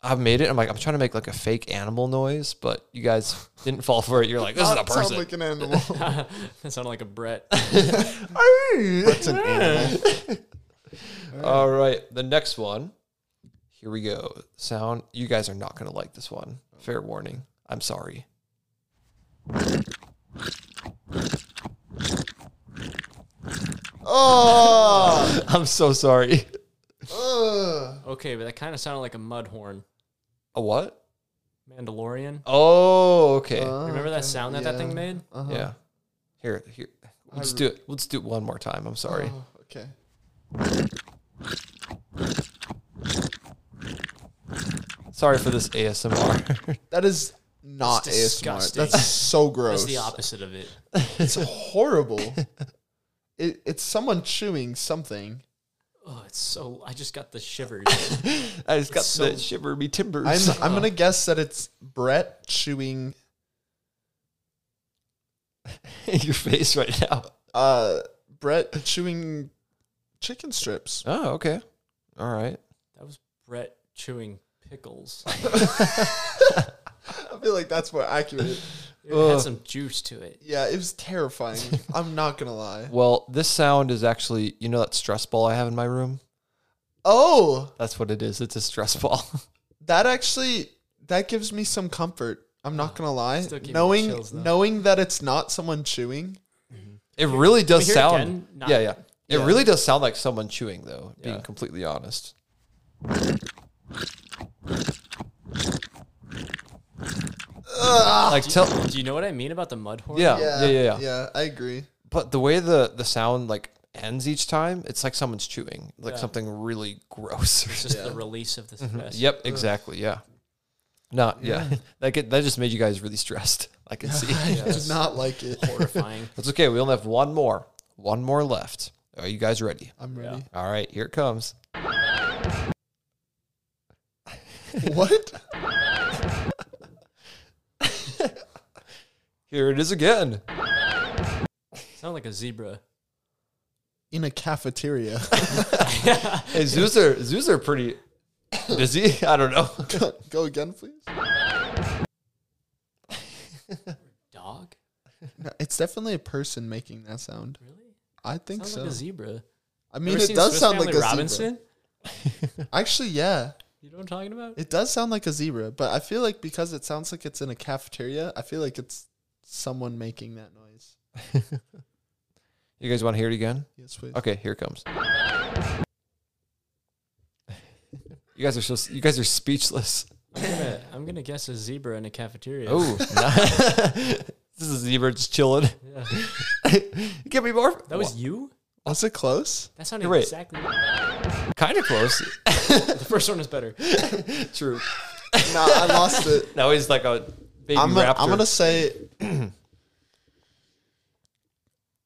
S1: I made it. I'm like, I'm trying to make like a fake animal noise, but you guys didn't fall for it. You're like, this is a
S2: That sounds
S1: person. *laughs*
S2: like an animal.
S3: sound. *laughs* that sounded like a Brett.
S2: That's an animal.
S1: *laughs* All right, the next one. Here we go. Sound. You guys are not gonna like this one. Fair warning. I'm sorry.
S2: Oh,
S1: *laughs* I'm so sorry.
S2: ugh.
S3: Okay, but that kind of sounded like a mud horn.
S1: A what?
S3: Mandalorian.
S1: Oh, okay.
S3: Remember that sound that that thing
S2: yeah.
S3: made?
S2: Uh-huh.
S1: yeah. Here, here. Let's do it. Let's do it one more time. I'm sorry.
S2: Oh, okay.
S1: Sorry for this ASMR.
S2: That is not
S3: It's
S2: ASMR.
S3: disgusting.
S2: That's so
S3: That's
S2: gross.
S3: the opposite of it.
S2: It's horrible. it, it's someone chewing something.
S3: Oh, it's so. I just got the
S1: *laughs*
S3: shivers.
S1: *laughs* I just got
S3: It's so-
S1: the shiver me timbers. *laughs*
S2: I'm I'm gonna guess that it's Brett chewing.
S1: your face right now.
S2: Uh, Brett chewing chicken strips.
S1: Oh, okay. All right.
S3: that was Brett chewing
S2: *laughs*
S3: pickles.
S2: I feel like that's more accurate.
S3: It had
S1: Ugh.
S3: some juice to it.
S2: Yeah, it was
S3: *laughs*
S2: terrifying. I'm not gonna lie.
S1: Well, this sound is actually, you know, that stress ball I have in my room.
S2: Oh,
S1: That's what it is. It's a stress *laughs* ball.
S2: that actually that gives me some comfort. I'm not gonna lie.
S3: Still gave me
S2: Knowing
S3: chills, though.
S2: knowing that it's not someone chewing.
S1: it really does
S3: hear it
S1: sound.
S3: again? Not-
S1: yeah, yeah. It
S2: Yeah.
S1: really does sound like someone chewing, though.
S3: Yeah.
S1: Being completely honest. Like tell,
S3: Do you know what I mean about the mud horn?
S1: yeah, yeah, yeah, yeah.
S2: yeah. I agree.
S1: But the way the the sound like ends each time, it's like someone's chewing, like
S3: Yeah.
S1: something really *laughs* gross. or
S3: It's just the
S2: Yeah.
S3: release of the
S2: Mm-hmm.
S3: stress.
S1: Yep, exactly. Yeah. Not yeah. *laughs* that get, that just made you guys really stressed. *laughs* I can see.
S2: I did not like it.
S3: *laughs* Horrifying.
S1: That's okay. We only have one more. One more left. Are you guys ready?
S2: *laughs* I'm ready.
S1: All right, here it comes.
S2: *laughs* What?
S1: Here it is again.
S3: Sound like
S2: *laughs*
S3: a zebra.
S2: In a cafeteria.
S1: Hey, zoos are zoos are pretty. Does he? *laughs* I don't know.
S2: *laughs* Go again, please.
S3: Dog?
S2: No, it's definitely a person making that sound.
S3: Really?
S2: I think
S3: Sounds
S2: so.
S3: like a zebra.
S2: I mean, it does sound like a *laughs*
S3: Robinson?
S2: zebra. Actually, yeah,
S3: You know what I'm talking
S2: *laughs*
S3: about?
S2: it does sound like a zebra. But I feel like because it sounds like it's in a cafeteria, I feel like it's someone making that noise.
S1: You guys want to hear it again?
S2: Yes, please.
S1: Okay, here it comes. You guys are so you guys are speechless.
S3: I'm gonna, I'm gonna guess a zebra in a cafeteria.
S1: Oh, *laughs* this is a zebra just chilling.
S3: Yeah.
S1: *laughs* Give me more.
S3: That was you?
S2: Was it close?
S3: That sounded
S1: You're right.
S3: exactly
S1: kind of close.
S3: the first one is
S2: *laughs*
S3: better.
S1: True.
S2: no, I lost it.
S1: Now he's like a baby
S2: I'm gonna,
S1: raptor.
S2: I'm gonna say. *clears throat*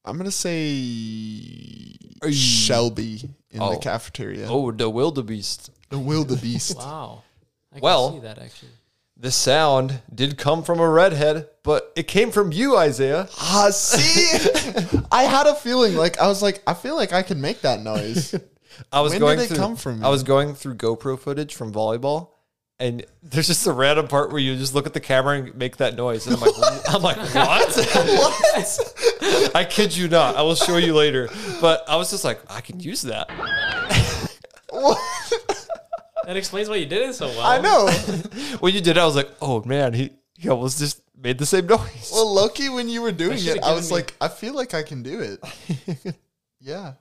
S2: I'm gonna say Shelby in
S1: Oh.
S2: the cafeteria.
S1: oh, the wildebeest.
S2: The wildebeest.
S3: Wow. I can
S1: Well-
S3: see that actually.
S1: The sound did come from a redhead, but it came from you, Isaiah.
S2: *laughs* Ah, see, *laughs* I had a feeling like I was like I feel like I can make that noise.
S1: I was
S2: When did
S1: going
S2: it
S1: through,
S2: come from,
S1: I was going through GoPro footage from volleyball, and there's just a random part where you just look at the camera and make that noise, and I'm like, I'm like, *laughs* what? *laughs*
S2: what?
S1: I kid you not. I will show you later. But I was just like, I can use that.
S3: That explains why you did it so well.
S1: Oh.
S2: I know.
S1: When you did, it, I was like, oh man, he he almost just made the same noise.
S2: Well, Loki, when you were doing
S3: should've
S2: it, I
S3: given
S2: was
S3: me-
S2: like, I feel like I can do
S1: *laughs*
S2: it. yeah.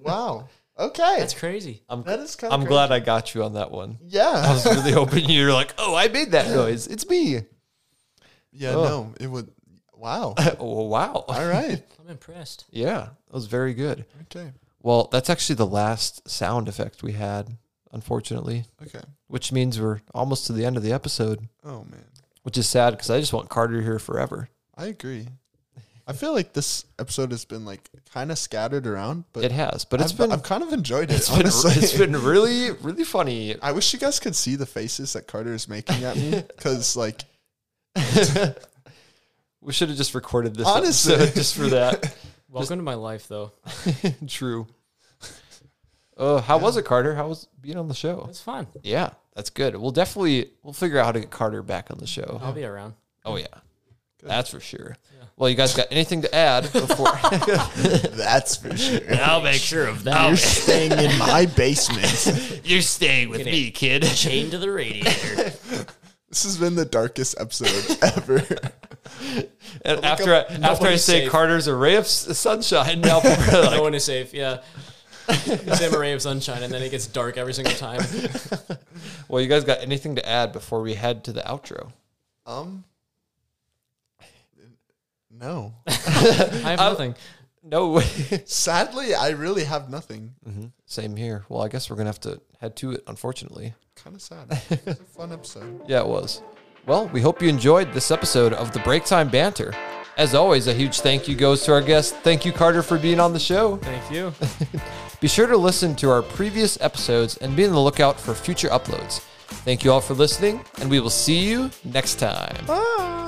S2: Wow. Okay.
S3: That's crazy.
S1: I'm,
S2: that is kinda
S1: I'm glad I got you on that one. I
S2: yeah.
S1: was really hoping you're like, oh, I made that noise. It's me.
S2: *laughs*
S1: *laughs*
S2: Yeah. No, it would. Wow.
S1: oh, wow.
S2: All right.
S3: I'm impressed.
S1: Yeah, that was very good.
S2: Okay.
S1: Well, that's actually the last sound effect we had, unfortunately,
S2: Okay.
S1: which means we're almost to the end of the episode,
S2: Oh man,
S1: which is sad because I just want Carter here forever.
S2: I agree. I feel like this episode has been like kind of scattered around, but
S1: It has, but it's
S2: I've,
S1: been,
S2: I've kind of enjoyed
S1: *laughs*
S2: it.
S1: it's been
S2: honestly.
S1: it's been really really funny.
S2: *laughs*
S1: *laughs*
S2: I wish you guys could see the faces that Carter is making at me because, like,
S1: We should have just recorded this
S2: Honestly.
S1: episode *laughs* just for that.
S3: Welcome to my life though.
S1: True. Uh, how was it, Carter? How was being on the show?
S3: That's fun.
S1: Yeah, that's good. We'll definitely we'll figure out how to get Carter back on the show.
S3: I'll be around.
S1: Oh yeah, that's for sure. Well, you guys got anything to *laughs* add before?
S2: that's for
S1: *laughs*
S2: sure.
S1: I'll make sure of that.
S2: You're staying in my basement.
S1: You're staying with me, kid.
S3: Chained to the
S1: *laughs*
S3: radiator.
S2: *laughs* This has been the darkest episode ever.
S1: And after I, after I
S3: is
S1: say
S3: safe.
S1: Carter's a ray of s- sunshine, now people *laughs* are like,
S3: no one is safe. Yeah. The same ray of sunshine, and then it gets dark every single time.
S1: well, you guys got anything to add before we head to the outro?
S2: Um, no.
S3: I have nothing.
S1: *laughs* No,
S2: Sadly, I really have nothing.
S1: same here. Well, I guess we're gonna have to head to it, unfortunately.
S2: Kind of sad. It's a fun episode.
S1: Yeah, it was. Well, we hope you enjoyed this episode of the Break Time Banter. As always, a huge thank you goes to our guest. Thank you, Carter, for being on the show.
S3: Thank you.
S1: Be sure to listen to our previous episodes and be on the lookout for future uploads. Thank you all for listening, and we will see you next time.
S2: Bye.